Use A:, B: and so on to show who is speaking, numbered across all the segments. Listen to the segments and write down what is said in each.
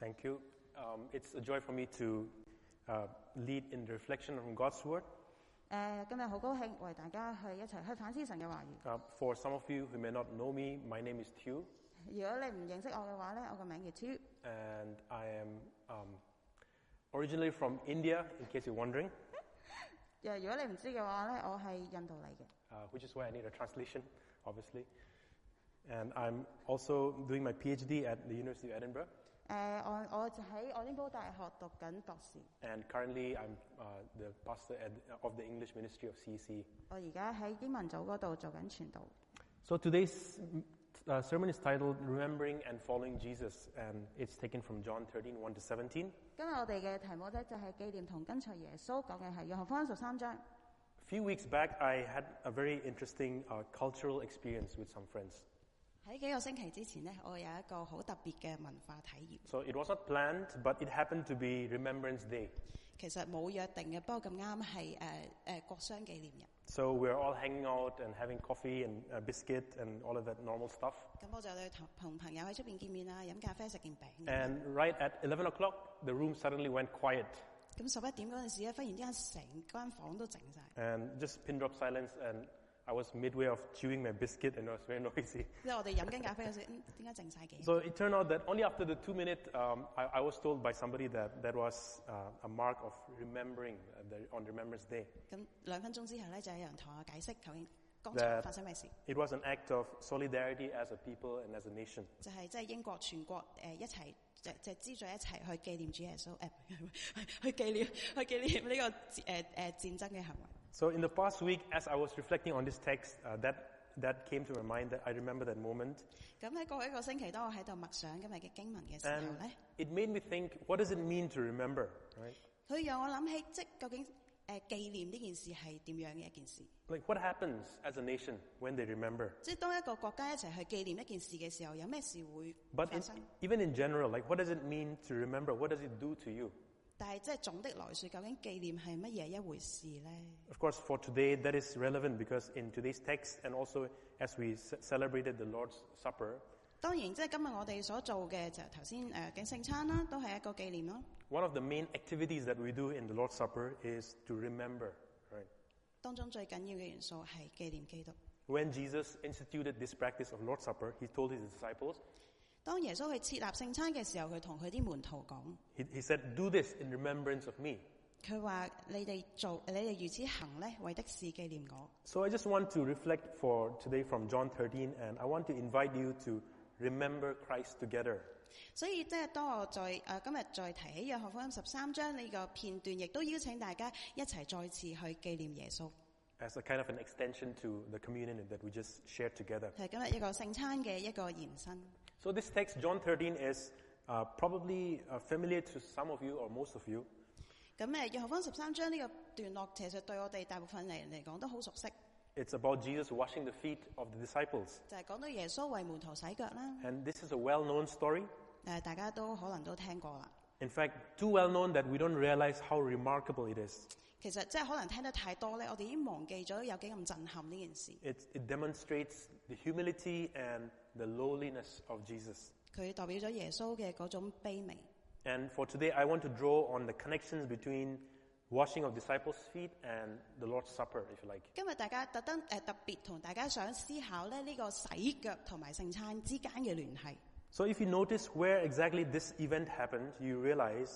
A: Thank you. Um, it's a joy for me to uh, lead in the reflection on God's Word.
B: 誒、呃今日好高興為大家去一齊去反思神嘅話語。
A: Uh, for some of you who may not know me, my name is Tew,
B: 如果你唔認識我嘅話咧，我個名叫 t
A: and I am um, originally from India, in case you're wondering,
B: 誒，如果你唔知嘅話咧，我係印度嚟嘅。
A: uh, which is why I need a translation, obviously. And I'm also doing my PhD at the University of Edinburgh,
B: 誒、呃我我就喺愛丁堡大學讀緊博士，
A: and currently I'm uh, the pastor at, of the English Ministry of E CEC.
B: 我而家喺英文組嗰度做緊傳道。
A: So today's uh, sermon is titled Remembering and Following Jesus, and it's taken from John 13, 1 to 17.
B: 今日我哋嘅題目咧就係紀念同跟隨耶穌，講嘅係約翰福音十三章。
A: A few weeks back, I had a very interesting uh, cultural experience with some friends.
C: 喺幾個星期之前呢，我有一個好特別嘅文化體驗，
A: So it was not planned, but it happened to be Remembrance Day.
C: 其實冇約定嘅，不過咁啱係誒誒國殤紀念日，
A: So we were all hanging out and having coffee and a biscuit and all of that normal stuff.
C: 咁我就去同同朋友喺出邊見面啦，飲咖啡食件餅。
A: And right at 11 o'clock, the room suddenly went quiet
C: 咁十一點嗰陣時咧，忽然之間成間房都靜晒。
A: and just pin drop silence. And I was midway of chewing my biscuit and it was very noisy.
C: 即係我哋飲緊咖啡嗰時，嗯，點解靜晒嘅？
A: So it turned out that only after the two minute, um, I, I was told by somebody that that was uh, a mark of remembering uh, the, on Remembrance Day.
C: 咁兩分鐘之後咧，就有人同我解釋究竟剛
A: That-
C: 才發生咩事，
A: It was an act of solidarity as a people and as a nation.
C: 就係即係英國全國誒、一齊。就就資助一齊去紀念主耶穌，誒、呃 去紀念去紀念呢、個誒誒、戰爭嘅行為。
A: So in the past week, as I was reflecting on this text, uh, that that came to my mind. That I remember that moment,
C: 咁喺過去一個星期，當我喺度默想今日嘅經文嘅時
A: and
C: 候咧，
A: it made me think: What does it mean to remember? Right?
C: 佢讓我諗起，即究竟誒、呃、紀念呢件事係點樣嘅一件事？
A: Like what happens as a nation when they remember?
C: 即係當一個國家一齊去紀念一件事嘅時候，有咩事會
A: But
C: 發
A: in,
C: 生？
A: even in general, like what does it mean to remember? What does it do to you?
C: 但係即係總的來說，究竟紀念係乜嘢一回事咧？
A: Of course, for today, that is relevant because in today's text, and also as we ce- celebrated the Lord's Supper,
C: 當然，即係今日我哋所做嘅就頭先誒嘅聖餐啦，都係一個紀念咯。
A: one of the main activities that we do in the Lord's Supper is to remember, right?
C: 當中最緊要嘅元素係紀念基督。
A: When Jesus instituted this practice of Lord's Supper, he told his disciples,
C: 當耶穌去設立聖餐嘅時候，佢同佢啲門徒講。
A: he, he said, Do this in remembrance of me.
C: 佢話：你哋做，你哋如此行咧，為的是紀念我。
A: So I just want to reflect for today from John 13, and I want to invite you to remember Christ together.
C: 所以即係當我再誒、呃今日再提起約翰福音十三章呢個片段，亦都邀請大家一齊再次去紀念耶穌，
A: As a kind of an extension to the communion that we just shared together.
C: 係今日一個聖餐嘅一個延伸。
A: So this text, John 13, is uh, probably uh, familiar to some of you or most of you.
C: 咁誒，約翰福音十三章呢個段落，其實對我哋大部分人嚟講都好熟悉，
A: It's about Jesus washing the feet of the disciples.
C: 就係、講到耶穌為門徒洗腳啦。
A: And this is a well-known story.
C: 誒、大家都可能都聽過啦。
A: In fact, too well-known that we don't realize how remarkable it is.
C: 其實即係可能聽得太多咧，我哋已經忘記咗有幾咁震撼呢件事。
A: It, it demonstrates the humility and the lowliness of Jesus.
C: 佢代表咗耶穌嘅嗰種卑微。
A: And for today, I want to draw on the connections between washing of disciples' feet and the Lord's Supper, if you like.
C: 今日大家特登誒、呃特別同大家想思考咧呢、個洗腳同埋聖餐之間嘅聯繫。
A: So if you notice where exactly this event happened, you realize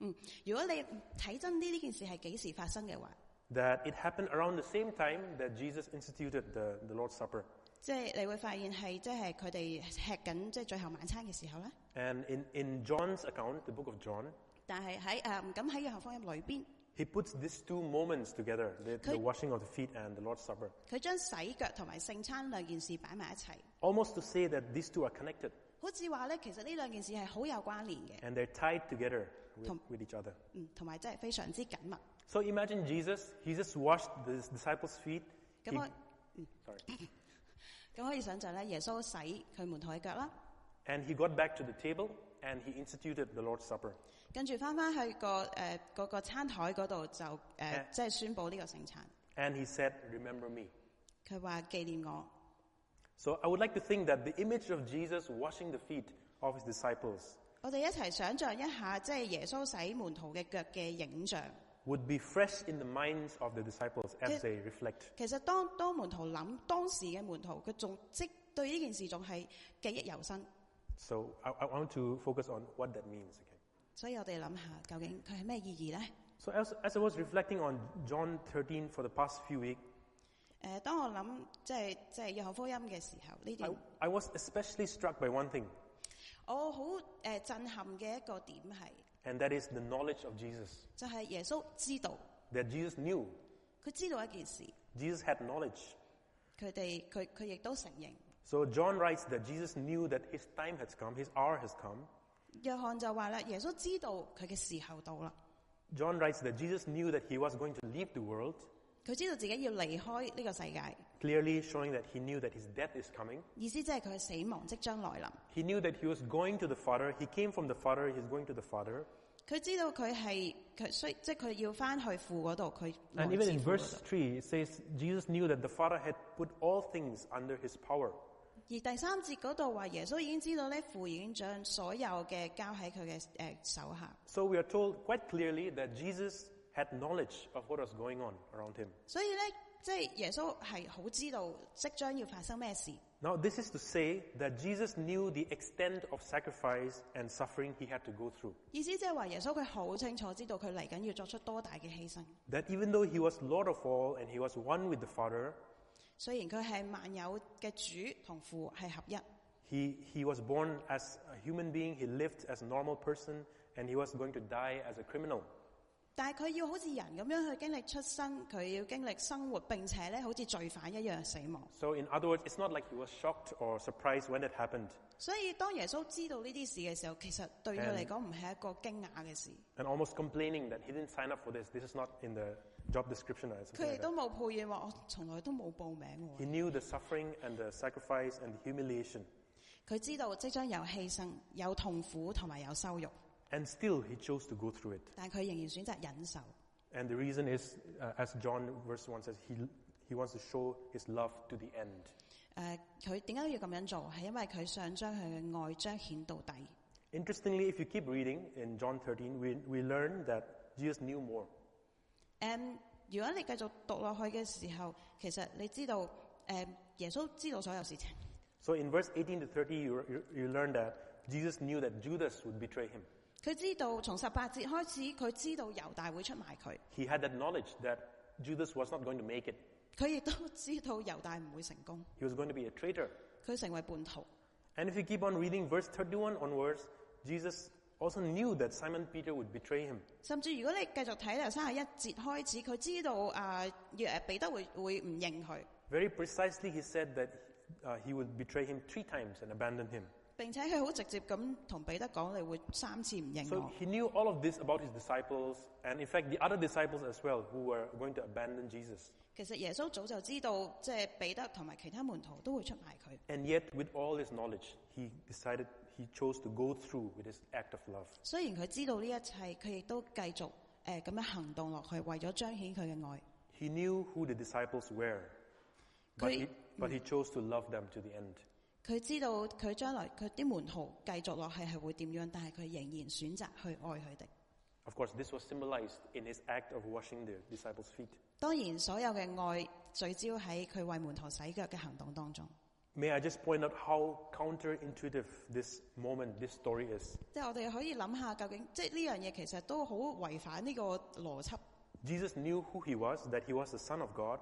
C: 嗯，如果你睇真啲呢件事係幾時發生嘅話，
A: that it happened around the same time that Jesus instituted the, the Lord's Supper.
C: 即係你會發現係即係佢哋吃緊即係最後晚餐嘅時候咧。
A: And in, in John's account, the book of John,
C: 但係喺誒咁喺約翰福音裏邊，
A: he puts these two moments together the, the
C: Could-
A: washing of the feet and the Lord's Supper,
C: 佢將洗腳同埋聖餐兩件事擺埋一齊，
A: almost to say that these two are connected
C: 好似話咧其實呢兩件事係好有關聯嘅，
A: and they're tied together with,
C: Tom-
A: with each other.
C: 嗯，同埋真係非常之緊密。
A: So imagine Jesus, he just washed the disciples' feet. He,
C: 咁我
A: 嗯
C: 嗯
A: sorry.
C: 咁可以想像咧，耶穌洗佢門徒嘅腳啦。
A: And he got back to the table and he instituted the Lord's Supper.
C: 跟住翻翻去個誒嗰個餐台嗰度就誒、呃
A: 誒
C: 即係宣佈呢個聖餐。
A: And he said, Remember me.
C: 佢話紀念我，
A: So I would like to think that the image of Jesus washing the feet of his disciples
C: 我哋一齊想像一下，即係耶穌洗門徒嘅腳嘅影像。
A: would be fresh in the minds of the disciples as
C: Yes.
A: they reflect.
C: 其實當當門徒諗當時嘅門徒，佢仲即對呢件事仲係記憶猶新。
A: So I, I want to focus on what that means again.
C: 所以我哋諗下，究竟佢係咩意義呢？
A: So as, as I was reflecting on John 13 for the past few weeks,
C: 誒、當我諗即係即係約翰福音嘅時候，呢
A: I,
C: 段
A: I was especially struck by one thing,
C: 我好誒、震撼嘅一個點係，
A: and that is the knowledge of Jesus.
C: 就係、耶穌知道，
A: That Jesus knew.
C: 佢知道一件事，
A: Jesus had knowledge.
C: 佢哋佢佢亦都承認。
A: So John writes that Jesus knew that his time has come, his hour has come.
C: 約翰就話啦，耶穌知道佢嘅時候到啦，
A: John writes that Jesus knew that he was going to leave the world,
C: 佢知道自己要離開呢個世界，
A: clearly showing that he knew that his death is coming.
C: 意思即係佢嘅死亡即將來臨。
A: He knew that he was going to the Father. He came from the Father. He's going to the Father.
C: 佢知道佢係佢需即係佢要翻去父嗰度，佢來
A: And
C: 自
A: even in
C: 父嗰
A: verse
C: 度。
A: 3, it says Jesus knew that the Father had put all things under his power.
C: 而第三節嗰度話耶穌已經知道咧，父已經將所有嘅交喺佢嘅誒手下，
A: So we are told quite clearly that Jesus had knowledge of what was going on around him.
C: 所以咧即係耶穌係好知道即將要發生咩事。
A: Now, this is to say that Jesus knew the extent of sacrifice and suffering he had to go through.
C: 意思即係話耶穌佢好清楚知道佢嚟緊要作出多大嘅犧牲。
A: That even though he was Lord of all and he was one with the Father,
C: 雖然佢係萬有嘅主同父係合一，
A: he, he was born as a human being, he lived as a normal person, and he was going to die as a criminal.
C: 但係佢要好似人咁樣去經歷出生，佢要經歷生活，並且咧好似罪犯一樣死亡。
A: So, in other words, it's not like he was shocked or surprised when it happened.
C: 所以當耶穌知道呢啲事嘅時候，其實對佢嚟講唔係一個驚訝嘅事，
A: and almost complaining that he didn't sign up for this. This is not in the job description or
C: 佢
A: something.
C: 亦
A: Like
C: 都
A: that.
C: 冇抱怨話我從來都冇報名
A: He
C: 喎。
A: knew the suffering and the sacrifice and the humiliation,
C: 佢知道即將有犧牲、有痛苦同埋有羞辱，
A: and still he chose to go through it.
C: 但佢仍然選擇忍受。
A: And the reason is, uh, as John verse one says, he he wants to show his love to the end.
C: 誒呃佢點解要咁樣做？係因為佢想將佢嘅愛彰顯到底。
A: Interestingly, if you keep reading in John 13, we, we learn that Jesus knew more.
C: 誒、嗯如果你繼續讀落去嘅時候，其實你知道誒、呃耶穌知道所有事情。
A: So in verse 18 to 30, you, you, you learn that Jesus knew that Judas would betray him.
C: 佢知道從十八節開始，佢知道猶大會出賣佢，
A: He had that knowledge that Judas was not going to make it.
C: 佢亦都知道猶大唔會成功，
A: He was going to be a traitor.
C: 佢成為叛徒。
A: And if you keep on reading verse 31 onwards, Jesus also knew that Simon Peter would betray him.
C: 甚至如果你繼續睇由三十一節開始，佢知道啊，約、彼得會會唔認佢，
A: Very precisely, he said that uh, he would betray him three times and abandon him.
C: 並且佢好直接咁同彼得講：你會三次唔認
A: So
C: 我。
A: he knew all of this about his disciples, and in fact, the other disciples as well, who were going to abandon Jesus.
C: 其實耶穌早就知道，即係彼得同埋其他門徒都會出賣佢。
A: And yet, with all his knowledge, he decided he chose to go through with his act of love.
C: 雖然佢知道呢一切，佢亦都繼續誒咁樣行動落去，為咗彰顯佢嘅愛。
A: He knew who the disciples were, but,
C: Could-
A: he, but he chose to love them to the end.
C: 佢知道佢將來佢啲門徒繼續落去係會點樣，但係佢仍然選擇去愛佢哋。
A: Of course, this was symbolized in his act of washing the disciples' feet.
C: 當然，所有嘅愛聚焦喺佢為門徒洗腳嘅行動當中。
A: May I just point out how counterintuitive this moment, this story is?
C: 即係我哋可以諗下，究竟即係呢樣嘢其實都好違反呢個邏輯。
A: Jesus knew who he was, that he was the Son of God,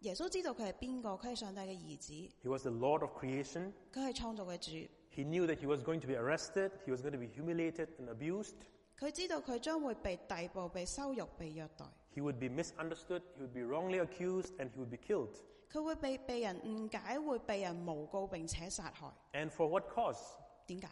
C: 耶穌知道佢係邊個，佢係上帝嘅兒子，
A: he was the Lord of creation.
C: 佢係創造嘅主。
A: He knew that he was going to be arrested, he was going to be humiliated and abused,
C: 佢知道佢將會被逮捕、被羞辱、被虐待，
A: he would be misunderstood, he would be wrongly accused, and he would be killed.
C: 佢會被被人誤解，會被人誣告並且殺害。
A: And for what cause?
C: 點解？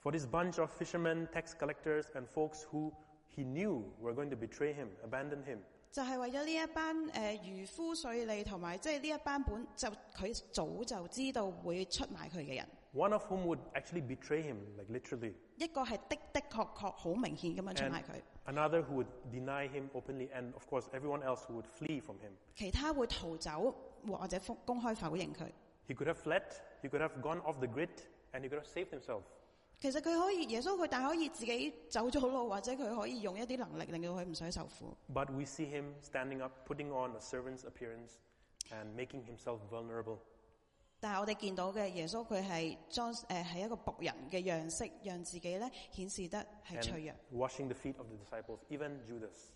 A: For this bunch of fishermen, tax collectors, and folks who he knew were going to betray him, abandon him.
C: 就係為咗呢一班誒、呃漁夫、税吏同埋即係呢一班本就佢早就知道會出賣佢嘅人，
A: One of whom would actually betray him, like literally.
C: 一個係的的確確好明顯咁樣出
A: and
C: 賣佢，
A: another who would deny him openly, and of course, everyone else who would flee from him.
C: 其他會逃走或者公公開否認佢。
A: He could have fled, he could have gone off the grid, and he could have saved himself.
C: 其實佢可以耶穌佢但係可以自己走咗路，或者佢可以用一啲能力令到佢唔使受苦。
A: But we see him standing up, putting on a servant's appearance, and making himself vulnerable.
C: 但係我哋見到嘅耶穌佢係裝誒係一個仆人嘅樣式，讓自己咧顯示得係
A: and
C: 脆弱。
A: washing the feet of the disciples, even Judas.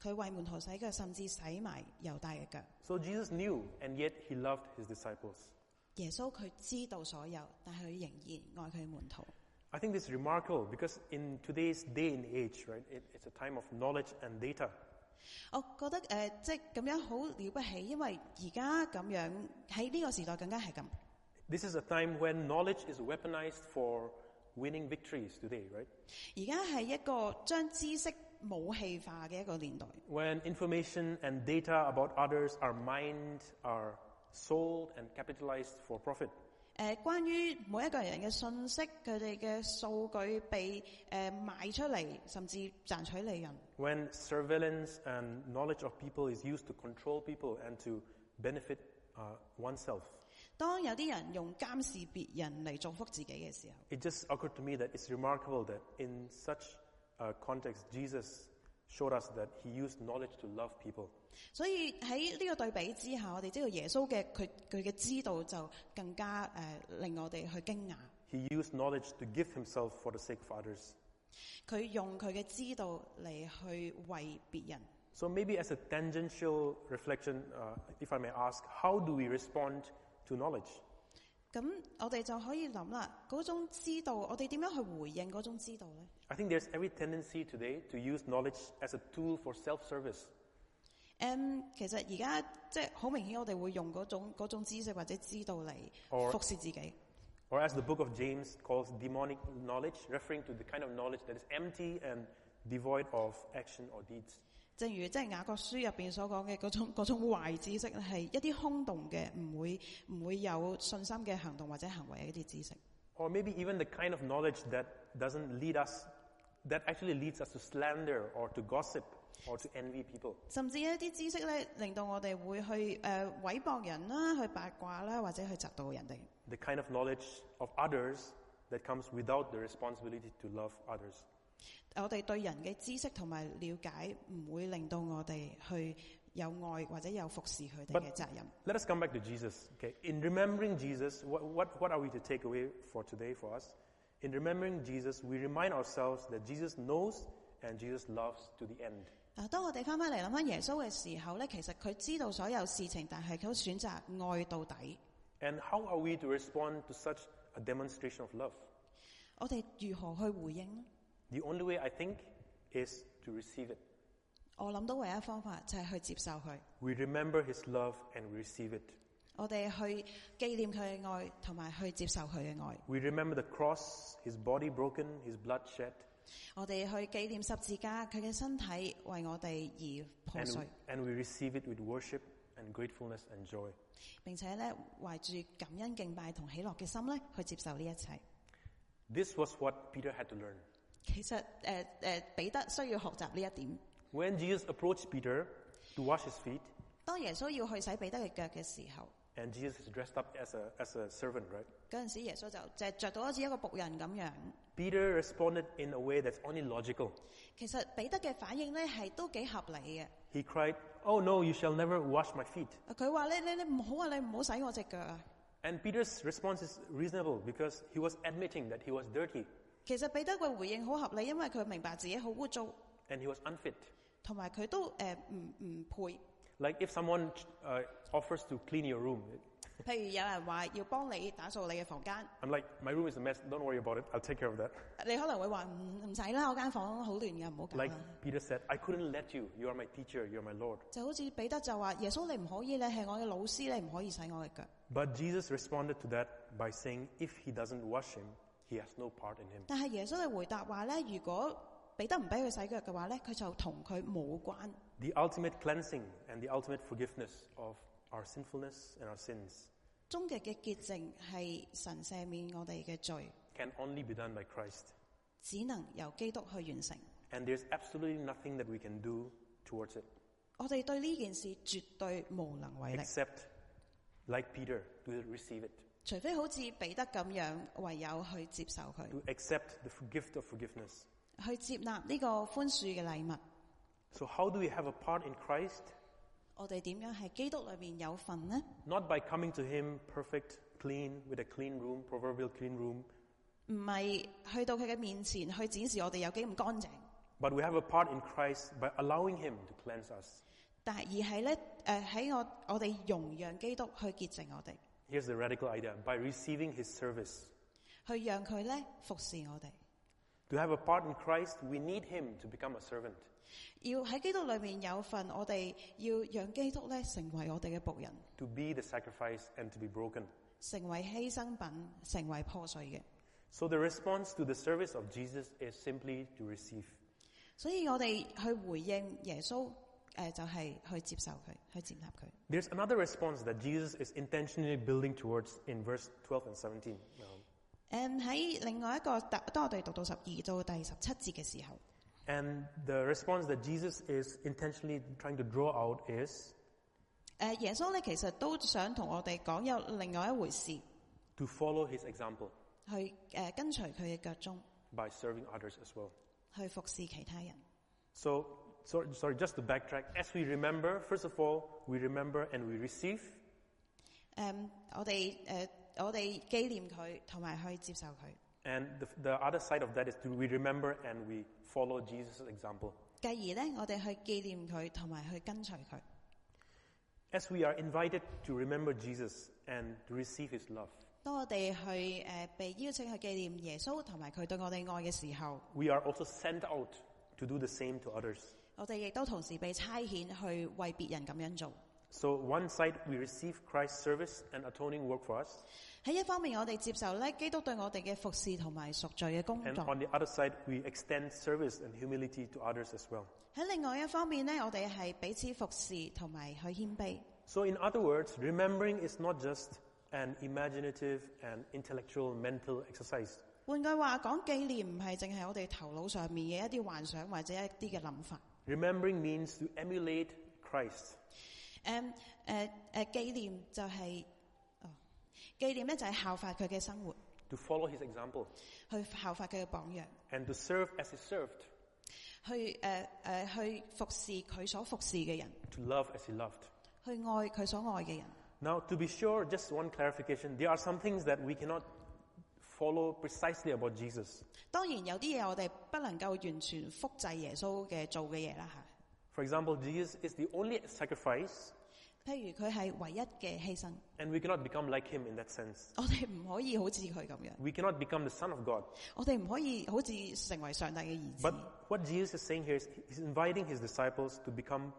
C: 佢為門徒洗腳，甚至洗埋猶大嘅腳。
A: So Jesus knew, and yet he loved his disciples.
C: 耶穌佢知道所有，但係佢仍然愛佢嘅門徒。
A: I think this is remarkable because in today's day and age, right, it, it's a time of knowledge and data.
C: 我覺得誒、呃即係咁樣好了不起，因為而家咁樣喺呢個時代更加係咁。
A: This is a time when knowledge is weaponized for winning victories today, right?
C: 而家係一個將知識武器化嘅一個年代。
A: When information and data about others are mined, are sold, and capitalized for profit.
C: 誒、呃關於每一個人嘅信息，佢哋嘅數據被誒、呃、賣出嚟，甚至賺取利潤。
A: When surveillance and knowledge of people is used to control people and to benefit uh, oneself.
C: 當有啲人用監視別人嚟造福自己嘅時候，
A: It just occurred to me that it's remarkable that in such a context, Jesus showed us that he used knowledge to love people.
C: 所以喺呢個對比之下，我哋知道耶穌嘅佢佢嘅知道就更加誒、呃令我哋去驚訝。
A: He used knowledge to give himself for the sake of others.
C: 佢用佢嘅知道嚟去為別人。
A: So, maybe as a tangential reflection, uh, if I may ask, how do we respond to knowledge?
C: 咁我哋就可以諗啦，嗰種知道，我哋點樣去回應嗰種知道呢？
A: I think there's every tendency today to use knowledge as a tool for self service.
C: 誒、嗯其實而家即係好明顯，我哋會用嗰種嗰種知識或者知道嚟
A: Or-
C: 服侍自己。
A: Or, as the book of James calls demonic knowledge, referring to the kind of knowledge that is empty and devoid of action or deeds.
C: 正如即係雅各書入邊所講嘅嗰種 嗰種壞知識咧，係一啲空洞嘅，唔會唔會有信心嘅行動或者行為嘅一啲知識。
A: Or maybe even the kind of knowledge that doesn't lead us, that actually leads us to slander or to gossip or to envy people.
C: 甚至一啲知識咧，令到我哋會去誒、呃、毀謗人啦，去八卦啦，或者去窒到人哋。
A: The kind of knowledge of others that comes without the responsibility to love others.
C: 我哋對人嘅知識同埋了解唔會令到我哋去有愛或者有服侍佢哋
A: But-
C: 嘅責任。
A: Let us come back to Jesus. Okay, in remembering Jesus, what, what, what are we to take away for today for us? In remembering Jesus, we remind ourselves that Jesus knows and Jesus loves to the end.
C: 嗱，啊當我哋翻返嚟諗翻耶穌嘅時候咧，其實佢知道所有事情，但係佢都選擇愛到底。
A: And how are we to respond to such a demonstration of love?
C: 我哋如何去回應呢？
A: The only way I think is to receive it.
C: 我諗到唯一方法就係去接受佢，
A: We remember his love and we receive it.
C: 我哋去紀念佢嘅愛，同埋去接受佢嘅愛。
A: We remember the cross, his body broken, his blood shed,
C: 我哋去紀念十字架，佢嘅身體為我哋而破
A: and,
C: 碎，
A: and we receive it with worship and gratefulness and joy.
C: 並且咧懷住感恩敬拜同喜樂嘅心咧去接受呢一切。
A: This was what Peter had to learn.
C: 其實誒誒彼得需要學習呢一點。
A: When Jesus approached Peter to wash his feet,
C: 當耶穌要去洗彼得嘅腳嘅時候，
A: and Jesus is dressed up as a, as a servant, right?
C: 嗰陣時耶穌就就係着到好似一個仆人咁樣。
A: Peter responded in a way that's only logical.
C: 其實彼得嘅反應咧係都幾合理嘅。
A: He cried, Oh no, you shall never wash my feet.
C: 佢話咧：你你唔好啊！你唔好洗我隻腳啊！
A: And Peter's response is reasonable because he was admitting that he was dirty
C: 其實彼得嘅回應好合理，因為佢明白自己好污糟，
A: and he was unfit.
C: 同埋佢都誒唔唔配。
A: Like if someone uh, offers to clean your room,
C: 譬如有人話要幫你打掃你嘅房間，
A: I'm like, my room is a mess. Don't worry about it. I'll take care of that.
C: 你可能會話唔唔使啦，我間房好亂嘅，唔好搞
A: Like
C: 啦。
A: Peter said, I couldn't let you. You are my teacher. You are my Lord.
C: 就好似彼得就話：耶穌你唔可以，你係我嘅老師，你唔可以洗我嘅腳。
A: But Jesus responded to that by saying, if he doesn't wash him, he has no part in him.
C: 但係耶穌嘅回答話咧，如果彼得唔俾佢洗腳嘅話咧，佢就同佢冇關。
A: The ultimate cleansing and the ultimate forgiveness of our sinfulness and our sins
C: 終極嘅潔淨係神赦免我哋嘅罪，
A: can only be done by Christ.
C: 只能由基督去完成。
A: And there's absolutely nothing that we can do towards it
C: 我哋對呢件事絕對無能為力，
A: except, like Peter, to receive it.
C: 除非好似彼得咁樣，唯有去接受佢，
A: to accept the f- gift of forgiveness.
C: 去接納呢個寬恕嘅禮物。
A: So, how do we have a part in Christ?
C: 我哋點樣喺基督裏面有份呢？
A: Not by coming to Him perfect, clean, with a clean room, proverbial clean room,
C: 唔係去到佢嘅面前去展示我哋有幾咁乾淨，
A: but we have a part in Christ by allowing Him to cleanse us.
C: 但係而係咧誒喺我我哋容讓基督去潔淨我哋，
A: Here's the radical idea by receiving His service.
C: 去讓佢咧服侍我哋。
A: To have a part in Christ, we need Him to become a servant.
C: 要喺基督裏面有份，我哋要讓基督咧成為我哋嘅仆人，
A: to be the sacrifice and to be broken.
C: 成為犧牲品，成為破碎嘅。
A: So the response to the service of Jesus is simply to receive.
C: 所以我哋去回應耶穌，诶、就係去接受佢，去接納佢。
A: There's another response that Jesus is intentionally building towards in verse 12 and 17. Um,
C: 诶嗯喺另外一個特，當我哋讀到十二到第十七節嘅時候，
A: and the response that Jesus is intentionally trying to draw out is
C: 诶、呃耶穌咧其實都想同我哋講有另外一回事，
A: to follow his example
C: 去诶、呃跟隨佢嘅腳蹤，
A: by serving others as well.
C: 去服侍其他人。
A: So, so sorry, just to backtrack, as we remember, first of all, we remember and we receive.
C: 诶、我哋诶、我哋紀念佢，同埋去接受佢。
A: And the, the other side of that is to we remember and we follow Jesus' example.
C: 繼而呢，我哋去紀念佢，同埋去跟隨佢。
A: As we are invited to remember Jesus and to receive his love,
C: 當我哋去诶、呃被邀請去紀念耶穌同埋佢對我哋愛嘅時候，
A: we are also sent out to do the same to others.
C: 我哋亦都同時被差遣去為別人咁樣做。
A: So, one side, we receive Christ's service and atoning work for us,
C: 喺一方面，我哋接受咧基督對我哋嘅服侍同埋贖罪嘅工
A: and
C: 作；
A: on the other side, we extend service and humility to others as well.
C: 喺另外一方面呢，我哋係彼此服侍同埋去謙卑。
A: So, in other words, remembering is not just an imaginative and intellectual mental exercise,
C: 換句話講，紀念唔係淨係我哋頭腦上面嘅一啲幻想或者一啲嘅諗法。
A: remembering means to emulate Christ.
C: 誒誒誒，紀呃念就係、哦，紀念咧就係效法佢嘅生活。
A: To follow his example
C: 去效法佢嘅榜樣，
A: and to serve as he served,
C: 去诶诶、呃去服侍佢所服侍嘅人，
A: to love as he loved.
C: 去愛佢所愛嘅人。
A: Now, to be sure, just one clarification. There are some things that we cannot follow precisely about Jesus.
C: 當然有啲嘢我哋不能夠完全複製耶穌嘅做嘅嘢啦吓，
A: For example, Jesus is the only sacrifice,
C: 譬如佢係唯一嘅犧牲，
A: and we cannot become like him in that sense.
C: 我哋唔可以好似佢咁樣，
A: We cannot become the Son of God.
C: 我哋唔可以好似成為上帝嘅兒子
A: But。what Jesus is saying here is he's inviting his disciples to become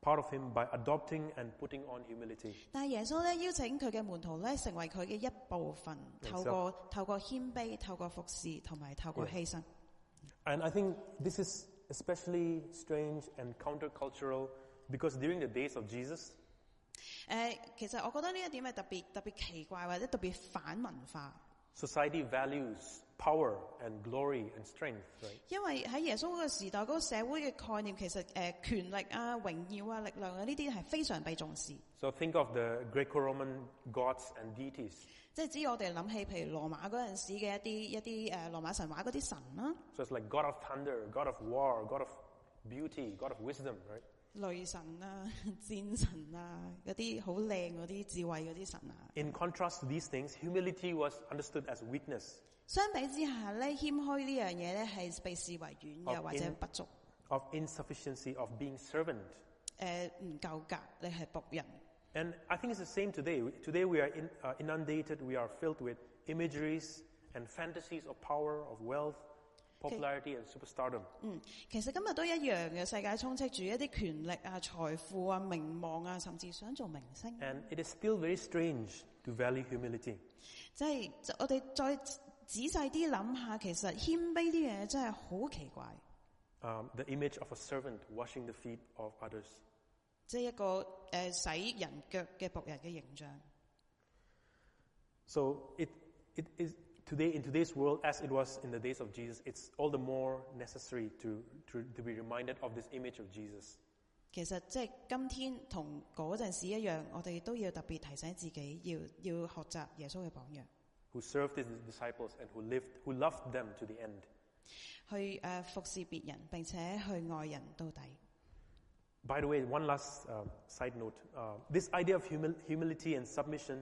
A: part of him by adopting and putting on humility.
C: 但係耶穌咧邀請佢嘅門徒咧成為佢嘅一部分，透過透過謙卑、透過服侍同埋透過犧牲。
A: And I think this is especially strange and countercultural because during the days of Jesus,
C: 诶、其實我覺得呢一點係特別特別奇怪或者特別反文化。
A: society values power and glory and strength, right?
C: 因為喺耶穌嗰個時代，嗰、個社會嘅概念其實誒、呃、權力啊、榮耀啊、力量啊呢啲係非常被重視。
A: So think of the Greco-Roman gods and deities.
C: 即係只要我哋諗起，譬如羅馬嗰陣時嘅一啲一啲誒、呃、羅馬神話嗰啲神啦、
A: So it's like god of thunder, god of war, god of beauty, god of wisdom, right?
C: 雷神啊、 戰神啊、嗰啲好靚嗰啲智慧嗰啲神啊。
A: In contrast to these things, humility was understood as weakness,
C: 相比之下咧，謙虛呢樣嘢咧係被視為軟弱
A: 哦
C: 或者
A: 謙
C: 不足，
A: of insufficiency, of being servant.
C: 誒呃唔夠格，你係仆人。
A: And I think it's the same today. Today we are in, uh, inundated, we are filled with imageries and fantasies of power, of wealth, popularity, and superstardom.
C: 嗯，其實今日都一樣嘅，世界充斥住一啲權力啊、財富啊、名望啊，甚至想做明星。
A: And it is still very strange to value humility.
C: 即係我哋再仔細啲諗下，其實謙卑呢樣嘢真係好奇怪，
A: Um, the image of a servant washing the feet of others.
C: 即係一個诶、呃洗人腳嘅仆人嘅形象。
A: So it, it is today in today's world, as it was in the days of Jesus, it's all the more necessary to, to, to be reminded of this image of Jesus.
C: 其實即係今天同嗰陣時一樣，我哋都要特別提醒自己，要要學習耶穌嘅榜樣，
A: who served his disciples and who lived, who loved them to the end.
C: 去誒、呃服侍別人，並且去愛人到底。
A: By the way, one last um, side note. Uh, this idea of humil- humility and submission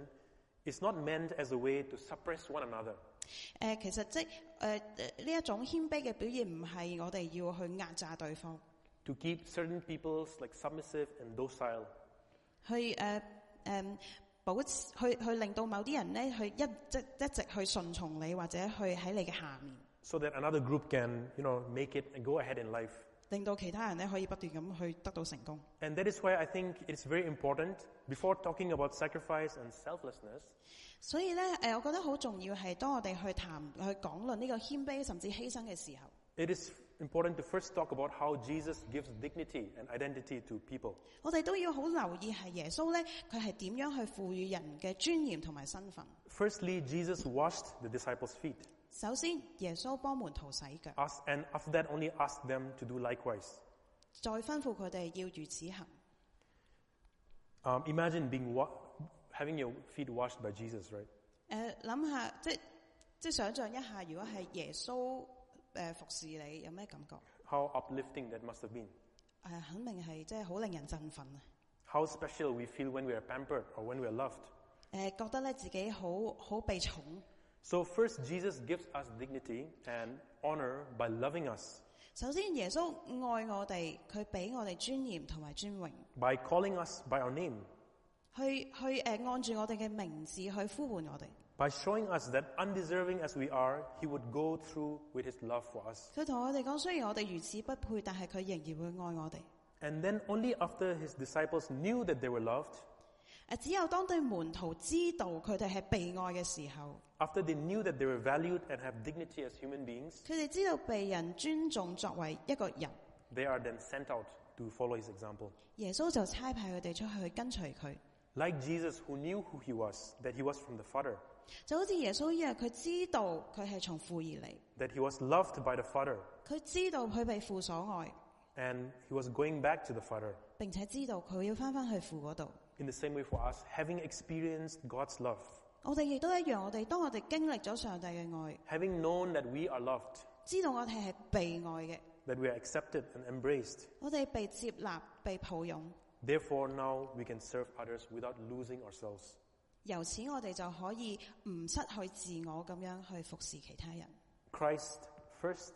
A: is not meant as a way to suppress one another.
C: 誒、呃其實即係誒呢一種謙卑嘅表現，唔係我哋要去壓榨對方，
A: to keep certain peoples like submissive and docile.
C: 去誒誒、嗯保持去去令到某啲人咧，去一即一直去順從你，或者去喺你嘅下面，
A: So that another group can, you know, make it and go ahead in life.
C: 令到其他人咧可以不斷咁去得到成功。
A: And that is why I think it's very important, before talking about sacrifice and selflessness,
C: 所以咧，誒、我覺得好重要係當我哋去談去講論呢個謙卑甚至犧牲嘅時候，
A: it is important to first talk about how Jesus gives dignity and identity to people.
C: 我哋都要好留意係耶穌咧，佢係點樣去賦予人嘅尊嚴同埋身份。
A: Firstly, Jesus washed the disciples' feet,
C: 首先，耶穌幫門徒洗腳，
A: asked, and after that only asked them to do likewise.
C: 再吩咐佢哋要如此行。
A: Um, imagine being wa- having your feet washed by Jesus, right?
C: 誒呃諗下，即即想像一下，如果係耶穌誒、呃服侍你，有咩感覺？誒、呃
A: How uplifting that must have been.
C: 肯定係即係好令人振奮啊！
A: How special we feel when we are pampered or when we are loved.
C: 誒、呃覺得咧自己好好被寵。
A: So first, Jesus gives us dignity and honor by loving us,
C: 首先，耶穌愛我哋，佢俾我哋尊嚴同埋尊榮，
A: by calling us by our name,
C: 去去誒、呃按住我哋嘅名字去呼喚我哋。
A: by showing us that undeserving as we are, He would go through with His love for us.
C: 佢同我哋講，雖然我哋如此不配，但係佢仍然會愛我哋。誒、
A: And then only after His disciples knew that they were loved,
C: 呃只有當對門徒知道佢哋係被愛嘅時候，
A: after they knew that they were valued and have dignity as human beings,
C: 佢哋知道被人尊重作為一個人。
A: they are then sent out to follow His example.
C: 耶穌就差派佢哋出去跟隨佢，
A: Like Jesus, who knew who He was, that He was from the Father,
C: 就好似耶穌一樣，佢知道佢係從父而嚟，
A: that He was loved by the Father,
C: 佢知道佢被父所愛，
A: and He was going back to the Father.
C: 並且知道佢要翻返去父嗰度。
A: In the same way for us, having experienced God's love,
C: 我哋亦都一樣，我哋當我哋經歷咗上帝嘅愛，
A: having known that we are loved,
C: 知道我哋係被愛嘅，
A: that we are accepted and embraced,
C: 我哋被接納、被抱擁，
A: therefore now we can serve others without losing ourselves.
C: 由此我哋就可以唔失去自我咁樣去服侍其他人。
A: Christ first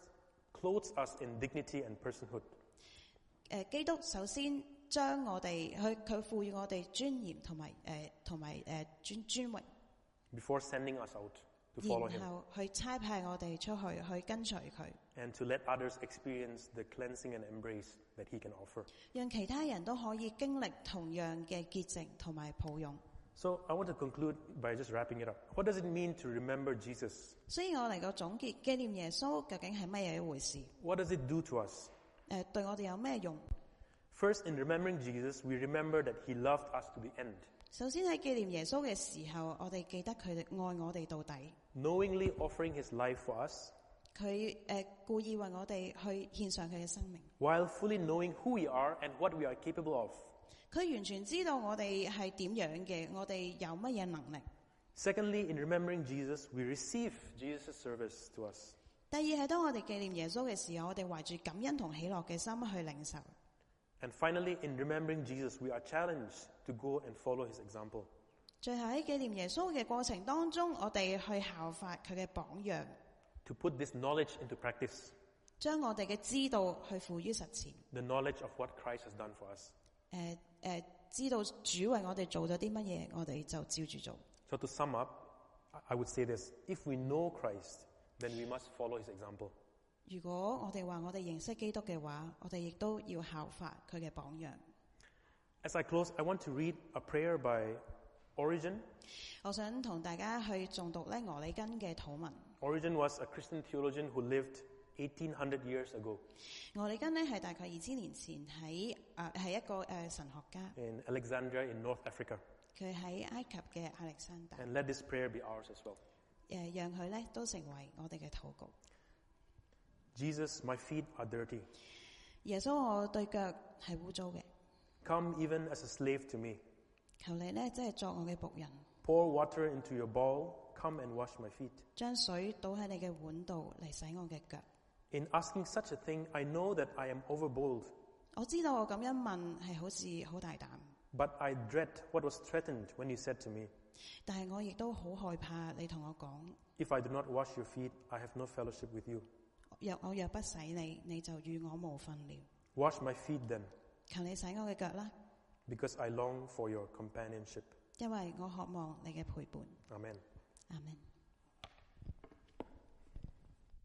A: clothes us in dignity and personhood.
C: 呃基督首先將我哋佢佢賦予我哋尊嚴同埋誒同埋誒尊尊榮。
A: before sending us out to follow Him
C: 然後去差派我哋出去去跟隨佢，
A: and to let others experience the cleansing and embrace that He can offer.
C: 讓其他人都可以經歷同樣嘅潔淨同埋抱擁。
A: So I want to conclude by just wrapping it up. What does it mean to remember Jesus?
C: 所以我嚟個總結，紀念耶穌究竟係乜嘢一回事？誒、呃
A: What does it do to us?
C: 對我哋有咩用？
A: First, in remembering Jesus, we remember that He loved us to the end.
C: 首先喺紀念耶穌嘅時候，我哋記得佢哋愛我哋到底，
A: knowingly offering his life for us
C: 佢誒、呃故意為我哋去獻上佢嘅生命。
A: while fully knowing who we are and what we are capable of.
C: 佢完全知道我哋係點樣嘅，我哋有乜嘢能力。
A: Secondly, in remembering Jesus, we receive Jesus' service to us.
C: 第二係當我哋紀念耶穌嘅時候，我哋懷住感恩同喜樂嘅心去領受。
A: And finally, in remembering Jesus, we are challenged to go and follow his example.
C: 最後喺紀念耶穌嘅過程當中，我哋去效法佢嘅榜樣，
A: To put this knowledge into practice,
C: 將我哋嘅知道去付於實踐。誒、
A: the knowledge of what Christ has done for us.
C: 誒、知道主為我哋做咗啲乜嘢，我哋就照住做。
A: So to sum up, I- I would say this. If we know Christ, then we must follow his example.
C: 如果我哋話我哋認識基督嘅話，我哋亦都要效法佢嘅榜樣。
A: As I close, I want to read a prayer by Origen.
C: 我想同大家去誦讀咧俄里根嘅禱文。
A: Origen was a Christian theologian who lived 1800 years ago
C: 俄里根呢係大概二千年前喺啊係一個誒、呃神學家，
A: in Alexandria in North Africa.
C: 佢喺埃及嘅亞歷山大，誒、
A: And let this prayer be ours as well.
C: 呃、讓佢咧都成為我哋嘅禱告。
A: Jesus, my feet are dirty.
C: 耶穌，我對腳係污糟嘅，
A: Come even as a slave to me.
C: 求你咧，即係作我嘅仆人，
A: Pour water into your bowl. Come and wash my feet.
C: 將水倒喺你嘅碗度嚟洗我嘅腳。
A: In asking such a thing, I know that I am overbold,
C: 我知道我咁樣問係好似好大膽，
A: but I dread what was threatened when you said to me,
C: 但係我亦都好害怕你同我講：
A: If I do not wash your feet, I have no fellowship with you.
C: 若我若不洗你，你就與我無分了。
A: Wash my feet then,
C: 求你洗我嘅腳啦，
A: because I long for your companionship.
C: 因為我渴望你嘅陪伴。
A: Amen.
C: 阿門。